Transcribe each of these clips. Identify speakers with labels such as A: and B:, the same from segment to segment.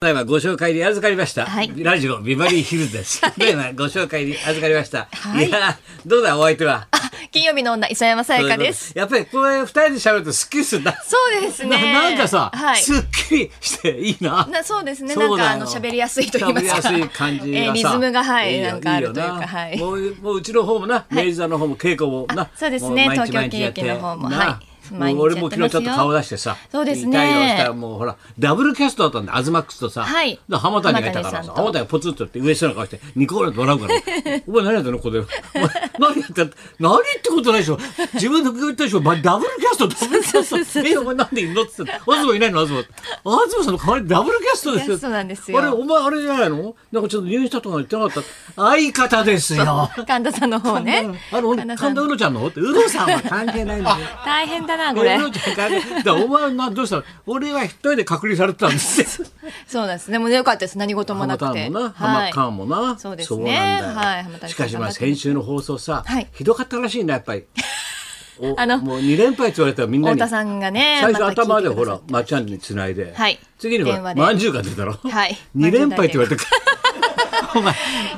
A: ただいまご紹介に預かりました、
B: はい
A: ラジオビバリーヒルズです。 ただいまご紹介に預かりました。
B: はい
A: や、どうだお相手は。
B: あ、金曜日の女、磯山さやかです。
A: やっぱりこれ二人で喋るとスッキリするんだ。
B: そうですね。
A: ななんかさ、
B: はい。
A: すっきりしていいな。
B: なそうですね。
A: そ
B: な
A: うん
B: か
A: だ
B: あ
A: よ
B: の喋りやすいと言いますか。
A: 喋りやすい感じがさ、
B: えーリズムがはい
A: よ
B: なんかあるというか
A: よな
B: はい
A: もうもううちの方もな、明治座の方も稽古もな
B: あ、そうですね
A: も毎日
B: 東京喜劇の方
A: 毎日
B: も
A: や
B: は
A: ってな
B: い毎日
A: もう俺も昨日ちょっと顔出してさ、
B: そうですね
A: 対応したらもうほらダブルキャストだったんで、アズマックスとさ、
B: はい
A: で浜谷がいたから
B: 浜谷さ
A: さ、
B: んと
A: 浜谷がポツッとって嬉しそうな顔してニコールと笑うから、お前何やってんのここで、お前何やってんの何ってことないでしょ。自分で言ったでしょ、まダブルキャストダブルキャスト。えお前なんでいんのって言ったら、アズマいないのアズマ。アズマさんの代わりにダブルキャストですよ。
B: そうなんですよ
A: あれお前あれじゃないの？なんかちょっと入院したとか言ってなかった。相方です よ。
B: 神田さんの方ね。
A: あの
B: 神田さ
A: 神
B: ん
A: 田うのちゃんのってうのさんは関係 ないんだよ。
B: 大変だな、こ
A: う
B: れ。
A: のちゃん関係ない。だからお前はなどうしたの？俺は一人で隔離されてたん ですよ。
B: そうなんですね。もうよかったです。何事もなくて。
A: もな、
B: は
A: 浜
B: い。
A: 川もな。
B: そうですね
A: なんだよ
B: はい浜田
A: しかしまあ
B: さん頑張って
A: 先週の放送さ
B: はい、
A: ひどかったらしいなやっ ぱり。お
B: あの
A: もう二連敗って言われたらみんな
B: 太
A: に。
B: 田さんがね、
A: 最初
B: また聞いて
A: 頭で
B: くださ
A: ほ
B: っ
A: ら、
B: て
A: まっちゃんにつないで、
B: はい
A: 次にほ
B: 電
A: ら、
B: 話で
A: まんじゅうが出たろ、
B: はい
A: 2連敗って言われてるから、お前、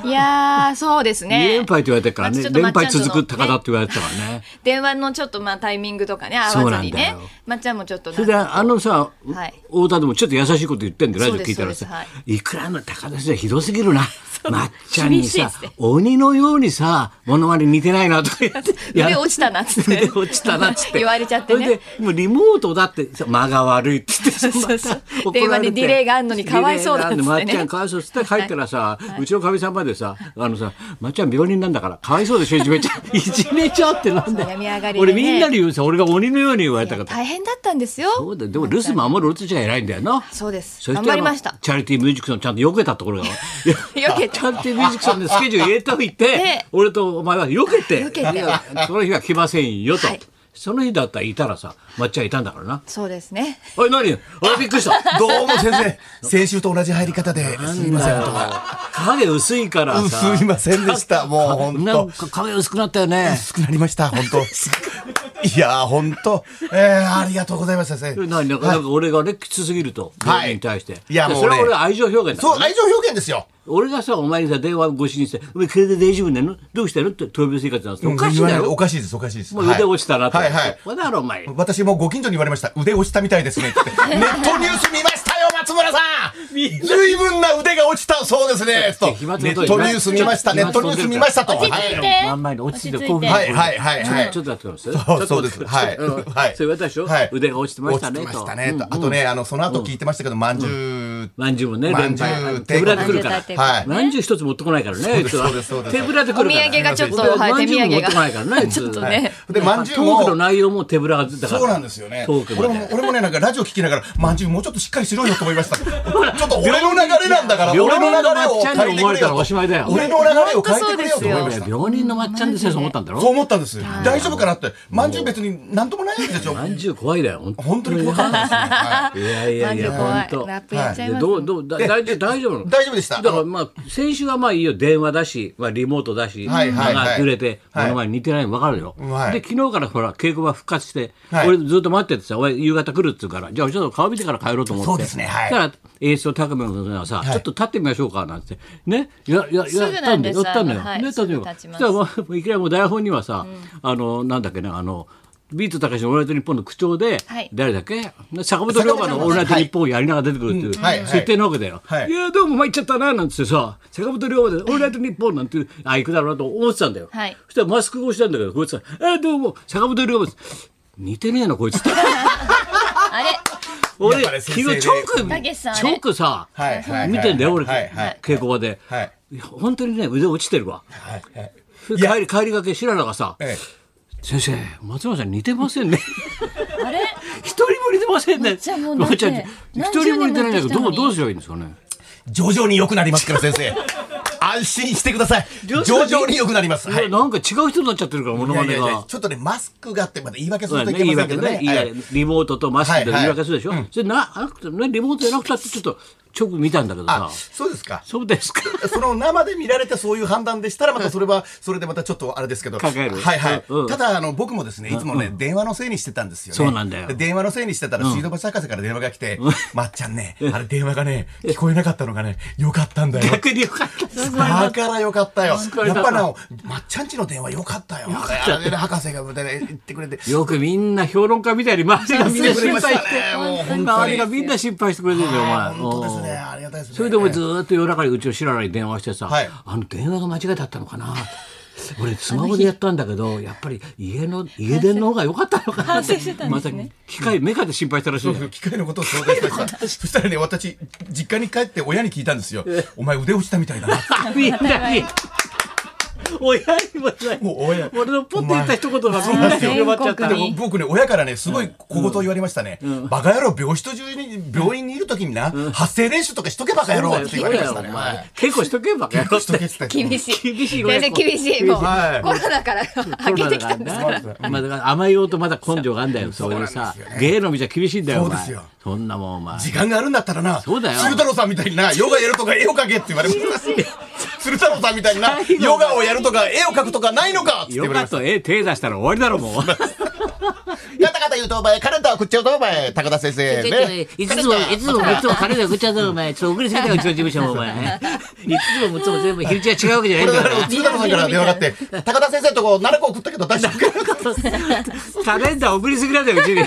B: いやー、そうです
A: 2
B: ね
A: 連。敗って言われてるから
B: ま
A: ね、
B: あちょっと
A: 連
B: まっちゃん
A: 敗
B: と
A: 続く
B: の
A: 高田って言われてたからね。
B: 電話のちょっとまあタイミングとかね、合
A: そう
B: わ
A: な
B: ず
A: ん
B: に
A: だ
B: ね
A: よ。
B: まっちゃんもちょっとなん
A: そ
B: か
A: れで、あのさ、
B: はい
A: 太田でもちょっと優しいこと言ってんで、ラジオ
B: そうで
A: 聞
B: す
A: いたらさ、
B: そうです
A: い、くらの高田じゃひどすぎる な。まっちゃんにさ
B: 厳しいですね、
A: 鬼のようにさ、モノマネ似てないなとか言って、
B: 腕落ちたなっつって
A: 腕落ちたなっつって。
B: 言われちゃってね
A: そ れで、もうリモートだってさ、間が悪いって言 ってさ、
B: そうそう
A: また怒られて
B: 電話にディレイがあんのにかわいそうだっつってね
A: ディレイがあんのまっちゃんかわいそうっつって帰ったらさ、うちのかみさんまでさ、あのさ、まっちゃん病人なんだから、かわいそうでしょ、いじめちゃう。 いじめちゃうってなんだ
B: そ
A: よ。
B: う病み上がりでね
A: 俺みんなに言うさ、俺が鬼のように言われたから。
B: 大変だったんですよ。
A: そうだよでも留守守るうつじゃ偉いんだよな。
B: そうです
A: そし
B: 頑
A: て
B: 張りました
A: チャリティーミュージックソンちゃんとよけたと ころが。よ
B: けた
A: チャリティーミュージックソンでスケジュール入れといて
B: ね、
A: 俺とお前はよけて、
B: よけて
A: いやその日は来ませんよと
B: はい。
A: その日だったらいたらさ、抹茶いたんだからな。
B: そうですね。
A: おい、何あ、びっくりした。
C: どうも先生、先週と同じ入り方で、すみませんとか。
A: 影薄いから
C: うん
A: さ。
C: すみませんでした、もう本
A: なん
C: 当。
A: か影薄くなったよね。
C: 薄くなりました、本当。いやー、本当。えー、ありがとうございます、先生。
A: 何なんかなんか俺がね、きつすぎると。
C: は
A: 病
C: い
A: 人に対して。
C: いやもう
A: それは
C: 俺
A: 俺は愛情表現だから
C: そう、愛情表現ですよ。
A: 俺がさ、お前にさ、電話越しにさ、お前、これで大丈夫なのどうしたのって、闘病生活なんですよおかしい
C: 言わ
A: だ
C: れる
A: ろ
C: おかしいです、おかしいです。
A: もう腕落ちたなと。
C: はいはいはい。
A: これだろ、お前。
C: 私もご近所に言われました。腕落ちたみたいですねって。 ネットニュース見ましたよ、松村さん随分な腕が落ちたそうですねと。ネ
A: 飛沫飛んで
C: ッ
A: る
C: トニュース見ました、
A: 飛
C: ネ
A: 沫
C: ット
A: 飛
C: ニ
A: んで
C: ュー
A: る
C: ス見ましたと。
B: 落ち
C: は
B: 着いて。
C: い
A: 真ん前に落ち着いて、
B: 落ち着いて
A: 興奮
C: はいはいはいはい
A: ちょっとやってください。
C: そうそうです。はい。
A: ちょっと待って
C: はい。
A: そういう私でしょ
C: はい
A: 腕が落ちてましたねと
C: 落ちてましたねと。あとね、あの、その後聞いてましたけど、まんじゅう。
A: まんじゅうもね、
C: まん
A: 連
C: じゅう
A: 敗。
C: 帝
A: 手ぶ
C: 国
A: らで来るから。
B: 帝国
C: はい。
A: まんじゅう一つ持ってこないからね、あいつは
C: そうですそうですそうです
A: 手ぶらで来るから。
B: お土産がちょっとはい
A: まんじゅうも持ってこないからね、あいつ
B: 手土産がちょっとね
C: で、まんじゅう
A: トークの
C: も、
A: 内容も手ぶらだから。
C: そうなんですよね。
A: トーク
C: 俺
A: の
C: も
A: ね。、
C: 俺もね、なんかラジオ聞きながら、まんじゅうもうちょっとしっかりしろよと思いました。ちょっと俺の流れなんだから、
A: 病
C: 俺の
A: 人のま
C: 流れ
A: っ
C: を
A: ちゃん
C: 変
A: に
C: え
A: 思
C: てく
A: わ
C: れ
A: れたら
C: よ
A: おしまいだよ。
C: と。俺の流れを変えてくれよと思いました。
A: 病人のまっちゃんでさえそう思ったんだろ
C: そう思ったんです。大丈夫かなって。まんじゅう別に何ともないわけですよ
A: ま。んじゅう怖いだよ、ほんと
C: 本当に怖かったですね。は
A: いや
C: い
A: いやいや、
B: 怖い
A: ほんと
B: ラップやっちゃいます
A: どう、どう、だ大丈夫、大丈夫なの
C: 大丈夫でした
A: だからまあ、先週はまあいいよ、電話だし、まあリモートだし、
C: はいはいはい
A: 間が揺れて、こ
C: はい
A: の前似てないの分かるよ。
C: はい
A: で、昨日からほら、稽古場復活して、
C: はい
A: 俺ずっと待っててさ、俺夕方来るっつうから、じゃあちょっと顔見てから帰ろうと思って。
C: そうですねはい
A: だから、演出の高野君がさ、ちょっと立ってみましょうか、なんつって。ね、や、や、や
B: すぐなんです
A: ったんだよ。やったんだよ。
B: はい
A: ね、
B: すぐ
A: よ。
B: 立ち
A: そし
B: ます
A: たらもういきなりもう台本にはさ、あの、なんだっけな、あの、ビートたけしのオールナイトニッポンの口調で、
B: はい
A: 誰だっけ坂本龍馬のオールナイトニッポンをやりながら出てくるっていう、
C: はいはい
A: 設定なわけだよ。
C: はい
A: いやどうも参っちゃったななんつってさ坂本龍馬で「オールナイトニッポン」なんてあ行くだろうなと思ってたんだよ、
B: はい
A: そしたらマスク越しなんだけどこいつが「あどうも坂本龍馬です」似てねえな こいつって
B: あれ
A: 俺
C: やっぱり
A: 昨
C: 先
A: 日
C: 生で
A: チョーク
B: たけしさんあ
A: チ
B: れ
A: ョークさ、
C: はいはい
A: 見てんだよ俺、
C: はいはい
A: 稽古場で、
C: はい
A: いや本当にね腕落ちてるわ
C: はいはい
A: 帰り
C: いや
A: 帰りがけ白良がさ、
C: え
A: 先生松村さん似てませんね
B: あれ
A: 一人も似てませんね
B: っちゃんもうだって
A: っちゃん一人も似てないんだけどどう
B: 何十年もやってきたのに
A: どうすればいいんですかね
C: え徐々に良くなりますから先 生安心してください
A: 徐々
C: 徐
A: に
C: 々に良くなりますはい
A: いやなんか違う人になっちゃってるからモノマ
C: い
A: ネ
C: やいやいや
A: が
C: ちょっとねマスクがあってまだ言い訳す
A: そう
C: る
A: だ
C: とい
A: ね、言
C: け
A: い
C: ませんけ
A: 訳ね
C: どね、
A: 言い
C: は
A: 訳
C: い
A: リモートとマスクで
C: はい
A: 言い訳するでしょ、それなあなくてねリモートじゃなくたってちょっと直見たんだけどさ、
C: あそうですか。
A: そうです か。
C: その生で見られてそういう判断でしたら、またそれは、それでまたちょっとあれですけど。
A: 考える
C: はいはい
A: うんうん。
C: ただ、あの、僕もですね、いつもね
A: う、
C: 電話のせいにしてたんですよね。
A: そうなんだよ
C: で電話のせいにしてたら、水道橋博士から電話が来て、まっちゃんね、あれ電話がね、聞こえなかったのがね、よかったんだよ。
A: 逆によかった。すごいな
C: だからよかったよ
A: ご。い
C: や
A: な
C: っぱな、まっちゃんちの電話よかったよ。あれあれで博士が言ってくれて。
A: よくみんな評論家みたいに周りがみんな心配して、
C: もう本当に。
A: 周りがみんな心配してくれてるよ、お前。
C: 本当ですね。ありがたいですね。
A: それでお前ずーっと夜中にうちを知らない電話してさ、
C: はい
A: あの電話が間違いだったのかなっ て俺スマホでやったんだけどやっぱり家の家電の方が良かったのかなって
B: 反省してたん
A: ま
B: で
A: た
B: すね
A: 機械メカで心配したらしいじゃん
C: 機械のことを相談しま した。そしたらね、私、実家に帰って親に聞いたんですよ。お前腕落ちたみたいだな。
A: みんなに親にもない
C: もう親
A: 俺のポッと言った一言が
C: お前
A: みんなに広まっちゃった
B: 全
C: で
B: 国
C: も
B: に
C: 僕ね、親からね、すごい小言を言われましたね。バカ野郎、病死途中に、病院にいる時にな、発声練習とかしとけバカ野郎って言われましたね。
A: そうだよお
C: は
A: 前
C: い
A: 結構しとけば
C: 結構しとけっつって
B: 厳しい。
A: 厳しい
B: 先生厳しい。もう、
C: はい
B: コロナから開けてきたんです
A: コ
B: か
A: ロナだ
B: ら。
A: からねまあだから甘いようとまだ根性があんだよそういう
C: そうなん
A: さ
C: ですよね
A: 芸の道は厳しいんだよお
C: そうで
A: 前
C: すよ
A: そんなもんお前
C: 時間があるんだったらな、
A: そうだよ
C: 鶴太郎さんみた いにな、ヨガやるとか絵を描けって言われました。鶴太郎さんみたいにな、ヨガをやるとか絵を描くとかないのかって言わ
A: よ
C: れ
A: か
C: ま
A: っ
C: した
A: た。え手出したら終わりだろもう
C: ガタガタ言うとお前、彼とは食っちゃうとお前、高田先生。
A: ちょっといつも、いつも、いつも金がぐっちゃだろ、お前。ちょっと遅れすぎたよ、うちの事務所も、お 前。いつも、いつも全部、昼ちは違うわけじゃないん
C: これ
A: だか
C: だ鶴太郎さんから電話があって、高田先生のとこ7個送ったけど大丈夫か
A: ら。カレンダー送りすぎなんだよ、うちに。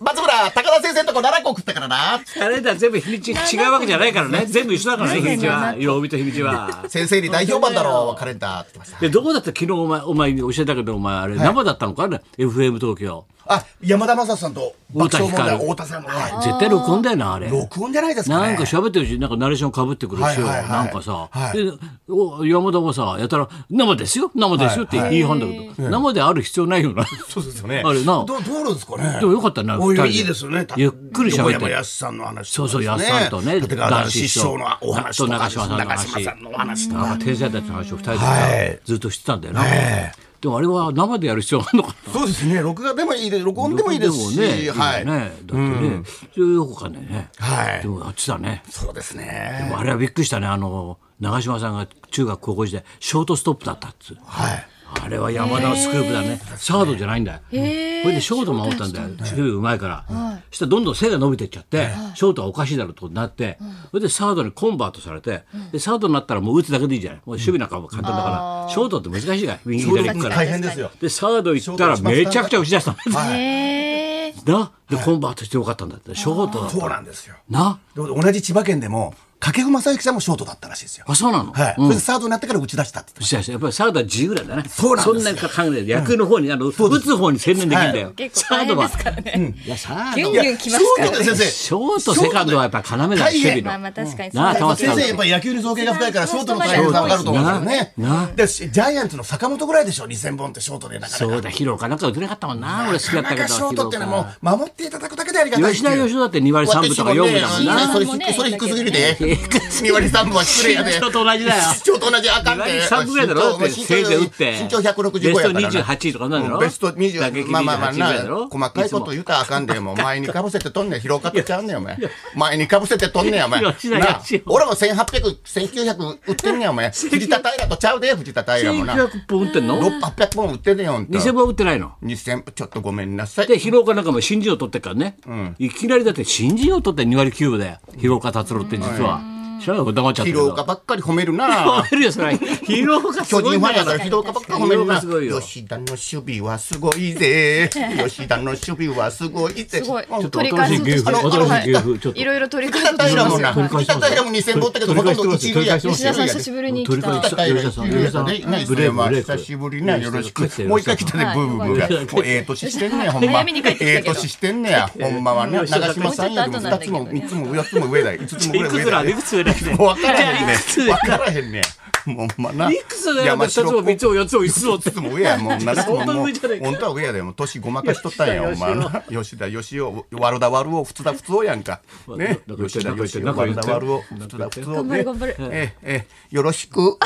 C: 松村、高田先生のとこ7個送ったからな。
A: カレンダー全部日にち違うわけじゃないから ね。全部一緒だからね、日にちは。曜日と日にちは。
C: 先生に大評判だろう、カレンダーって言ってまし
A: で、どこだった昨日お前、お前に教えたけど、お前、あれ、生だったのかね ?FM 東京。
C: た。あ、山田正さんと爆笑問題、
A: 太
C: 太田さんの、はい
A: 絶対録音だよな、あれ。
C: 録音じゃないですか
A: な
C: ね。
A: んか喋ってるうちになんかナレーションかぶってくるし、
C: はいはいはい
A: なんかさ、
C: はい
A: でお山田もさやたら「生ですよ生ですよ」って言いはんだけど、生である必要ないよな。
C: そうですよね。
A: あれな
C: どどうなんですかね。
A: でもよかったな
C: おい
A: 二人で
C: いいですよね。た
A: ゆっくり喋って
C: 横山やすさんの話と
A: そうそ
C: か
A: う、安さんとね、
C: 立川談志
A: 師
C: 師
A: 匠
C: 匠のお話とか
A: 中島さんの話。
C: 中島さんのお話と
A: なんか天才たちの話を二人でさ
C: はい
A: ずっとしてたんだよな。
C: え
A: でもあれは生でやる必要あるのかな
C: そうですね。録画でもいいです。録音でもいいですし。
A: でもね、いいよね
C: はい。
A: だってね、それよくわかんないね。
C: はい
A: でもやってたね。
C: そうですね。
A: あれはびっくりしたね、あの、長島さんが中学高校時代、ショートストップだったっつう。
C: はい。
A: あれは山田のスクープだね。サードじゃないんだよ。これでショート守ったんだよ。守備うまいから。そしたらどんどん背が伸びてっちゃって、ショートはおかしいだろうってことになって、それでサードにコンバートされて、でサードになったらもう打つだけでいいじゃない。もう守備なんかも簡単だから、ショートって難しいから、右左行くから
C: 大。変ですよ。
A: で、サード行ったらめちゃくちゃ打ち出したの。
B: へえ。
A: な、で、コンバートしてよかったんだって。ショートだった
C: そう
A: ら。
C: なんですよ。
A: な、
C: で同じ千葉県でも、掛布正幸さんもショートだったらしいですよ。
A: あ、そうなの
C: はい。
A: うん
C: それでサードになってから打ち出したって言って
A: そ
C: ま
A: うそうやっぱりサードは自由なんだね。
C: そうなんです
A: そん
C: よ
A: な考えないで、野球の方に、あの、打つ方に専念できるんだよ。
B: 結構
A: サ
B: 大
A: ード
B: 変で
A: は。
B: すからね。
A: いや、サー
B: ギ
A: ド
B: ュン
A: は
B: ギュン
C: す。
B: 来ますから
C: ショートで
B: ね。
C: 先生。
A: ショート、セカンドはやっぱ要だよ、守
C: 大変
A: 備
B: まあま
A: の。
B: あ確かに
A: なあ
B: そう
A: 玉
B: です
A: 木さ
B: ね
A: ん
C: 先生、やっぱり野球に造形が深いから、ショートの大変さ分かると思うんですよね。
A: なな
C: で、しジャイアンツの坂本ぐらいでしょ、2000本ってショートでなかなか。
A: そうだ、ヒロかなんか打てなかったもんな、俺好きだった
C: な
A: け
C: ん
A: ど。
C: かショートってのはもう、守っていただくだけでありがたいっていう。
A: 吉田吉田だって2割3分とか4分だもん
B: 私
A: な。
B: ね
C: それ低それ低すぎるで。2割3分は 失礼やで。
A: 身長と同じだよ
C: 身長と同じあかん
A: 2
C: で
A: 割3分ぐらいだろ
C: 身長
A: せいぜい打って。
C: 身長165
A: ベ
C: や
A: ス
C: か
A: ト
C: らな。
A: 28とかなんだろ
C: ベスト
A: 打撃
C: 20、まあまあまあ
A: 28ぐらいだ
C: な
A: ろ、
C: 細かいこと言うたらあかんで、もう前にかぶせてとんねん、広かっちゃうねん、お前。前にかぶせてとんねん、お前。な
A: 吉田
C: あ
A: 吉田
C: 俺も1800、1900売ってんねん、お前。藤田平とちゃうで、藤田平もな。
A: 1900本打ってんの
C: 800本売ってんねん、ほんと。
A: 偽本打ってないの
C: 2000、ちょっとごめんなさい。
A: で、広岡なんかも新人王取ってっからね、いきなりだって新人王取って2割9分だよ、広岡達郎って実は。知らないこと黙っちゃったけど。
C: 広岡ばっかり褒めるな。
A: 褒めるよ、それ。広岡す
C: 巨
A: ごい
C: 人
A: ん
C: フ
A: だか
C: ァンやからら、広岡ばっかり褒める
A: 広岡
C: な。
A: すごいよ
C: 吉田の守備はすごい ぜ。吉田の守備はすごい
B: す
C: ぜ。
B: ごい。
C: ちょっと
B: 取り返そうとして
C: あの
B: る
A: 新しい芸風
B: はい
A: ちょっと
B: いろいろ取り返そうと
C: 藤田
B: して
C: 平
B: ま
C: も
B: すよ
C: な、
B: はい
C: 藤田平も2000本だけど、ほとんど一塁や。
B: 吉田さん久しぶりに来
A: 取り
B: た
A: 返。し
C: 吉田平
A: 吉田さん、吉田さん、
C: ね、
A: ブレイブブレイク
C: 久しぶりな、よろしく
A: ブレイ。ブ
C: もう一回来たね
B: は、い
C: ブーブーブーが。もうええ年してんねや、ほんま。
B: 早めに帰ってきたけど
C: ええ年してんねや、ほんまはね。長島さんより
B: もうちょっと後な
C: も2つ
B: ん
C: も
B: だけど
C: 3つも4つも上だよ。5つも
A: い
C: 上
A: くつ
C: だ
A: だ、い
C: よ
A: く。つ上だよね。
C: もう分からへんね
A: いくつ上
C: 分からへんねもうほんまな。
A: いくつだよ、2つも3つも4つも5つもって
C: い。つも上 やもう7つも
A: 相当
C: もう
A: 上じゃねえか
C: 本当は上やでもう年ごまかしとったんやお
A: 吉
C: 前
A: 田
C: な吉田吉尾悪田悪尾普通だ普通やんかね
A: なんか言って
C: 吉田
A: なんか言って
C: 吉尾
A: なんか
C: 悪
A: 言って
C: 田悪尾普通だ普通
B: 頑張れ
C: ね
B: 頑張れ
C: ええええよろしく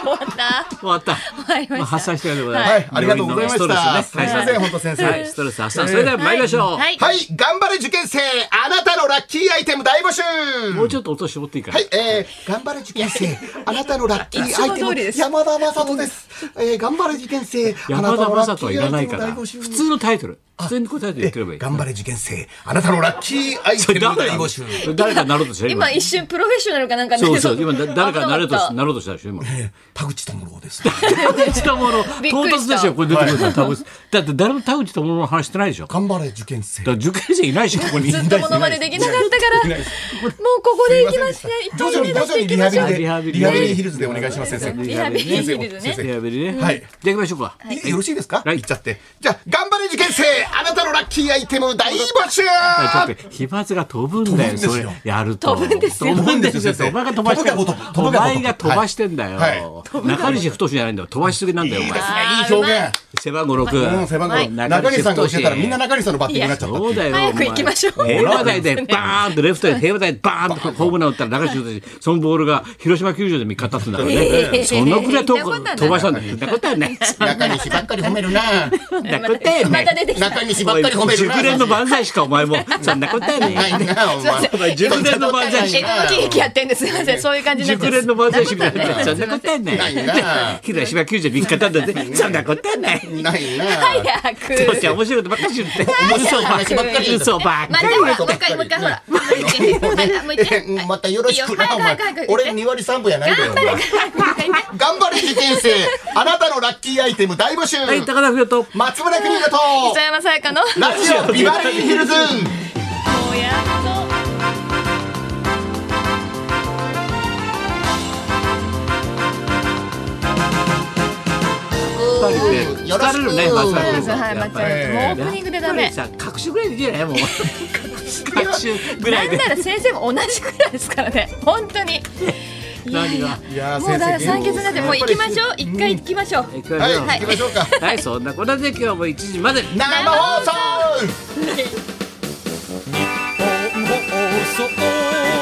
A: 終わった。
B: わりました
A: あ発散したようでございます。
C: はい、ありがとうございま
A: スト
C: し
A: レス
C: た。
A: ね
C: すみません、本当先生。
A: は、
C: はいい
A: ス、トレス発散。それでは参りましょう。
B: はい。
C: 頑張れ受験生、あなたのラッキーアイテム大募集。
A: もうちょっと音絞っていいかな
C: はい、えー、頑張れ受験生、あなたのラッキーアイテ
B: いつも
C: ム
B: 通りです
C: 山田雅人です。えー、頑張れ受験生、あ
A: 山
C: なた
A: 田
C: のラ
A: 雅
C: ッキ
A: 人
C: ー
A: はいら
C: ア
A: な
C: イ
A: い
C: テ
A: か
C: ム大
A: ら。
C: 募集。
A: 普通のタイトル。普通にこうタイトル言ってればい
C: え
A: い。
C: 頑張れ受験生、あなたのラッキーアイテム大募集。
A: 誰かになろうとした
B: 今一瞬プロフェッショナルかなんかに
A: そうそう。今、だ誰かになろう
B: る
A: としなろうとしたでしょ、今。
C: えー田口智郎です。
A: 田口も郎、
B: びっく
A: 唐
B: りした
A: 突でしょ、これ出てくるのは多分。だって誰も田口智郎の話してないでしょ。だか
C: 頑張れ受験 生。
A: ら受験生いないでしょ、ここに。
B: ずっとモノマネできなかったから、もうここで行きますね。一
C: 徐々
B: 人
C: に
B: 目
C: 徐
B: 出し
C: 々
B: てい
C: に
B: き
C: リハ
B: まし
C: ビ
B: ょう。
C: リで、
A: リハビリ
C: リハビリヒルズでお願いします、先生。
B: リハビリヒルズね
C: 先生
A: リハビリね。
C: はい
A: じゃあ行きましょうか。
C: えよろしいですか、
A: はい
C: 言っちゃって。じゃあ、頑張れ受験生あなたのラッキーアイテム大募集
A: だって飛沫が飛ぶんだよ、
C: 飛ぶ
A: そ
C: んです
A: れ
C: よ。
A: やると。
B: 飛ぶんですよ
A: 飛ぶんですよ。
C: 飛ぶんですよ
A: お前が飛ばして
C: 飛ぶが如く
A: お
C: 飛ぶが如く
A: 前が飛ばしてんだ
C: はい
A: よ。中西太志じゃないんだよ。飛ばしすぎなんだよ、お
C: いい
A: 前
C: です。
B: あ
C: ね、い
B: ー
C: い表現。
A: 背番号
C: うん、
A: 6。
C: 背番号、
B: はい
C: 中西さんが教えたらみんな中西さんのバッティングになっちゃった。
A: そうだよ。
B: 早く
A: お前
B: 行きましょう
A: 平和台でバーンとレフトへ平和台でバーンとホームラン打ったら中西太志、そのボールが広島球場で3日経つんだから
B: え
A: ね。
B: え
A: そのくらい遠く
B: そんなことはない
A: 飛ばしたんだよ。そんなことはない。そんな
C: 中西ばっかり褒めるな。
A: ことはな
B: ま
A: い
B: た。出てきた。
C: 中西ばっかり褒めるな。
A: 熟練の 万歳しかお前も。そんなことはない。
C: ないな、お前。
A: 熟練の万歳しか
B: NOT 劇やってんです。すいません。そういう感じになっちゃ
A: 熟
B: う
A: 練の漫才師みたいな。そんなことはな
C: ない
A: い。
C: な。
A: 広島球場3日経ったんだぜ。そんなことはない。
C: ないな。
B: 早
A: 父ち
B: く。
A: ゃん面白いことばっかり言って。嘘ばっ
C: 話ばっか
A: か
C: り
A: り。
C: 言う
A: 嘘ばっ
B: ま
A: か
B: た
A: り
B: もう一回もう一回ほら。もう一回もう一 回。
C: またよろしくな、お前。俺2割3分やないんだよ。頑張れ受験生あなたのラッキーアイテム大募集
A: はい、高田不良と。
C: 松村邦 子と
B: 磯山さやかの。
C: ラジオビバリーヒルズ
A: やっぱりね
C: よろしく
A: 疲れるね、松田君
B: は
A: や
B: い、ま
A: っ
B: っ
A: ぱり
B: ちゃん。もうオープニングでダメ。
A: さ、各種ぐらいでいいじゃないもう。各種ぐら
B: ないん
A: で。
B: なら先生も同じくらいですからね。本当に。
A: 何が。
C: いや
B: もうだから酸欠になってもう行きましょう。一回行きましょう。
A: いくら
C: はい
A: で
C: 行きましょうか
A: もはい、そんなこんなで今日も1時まで。
C: 生放送
D: 放送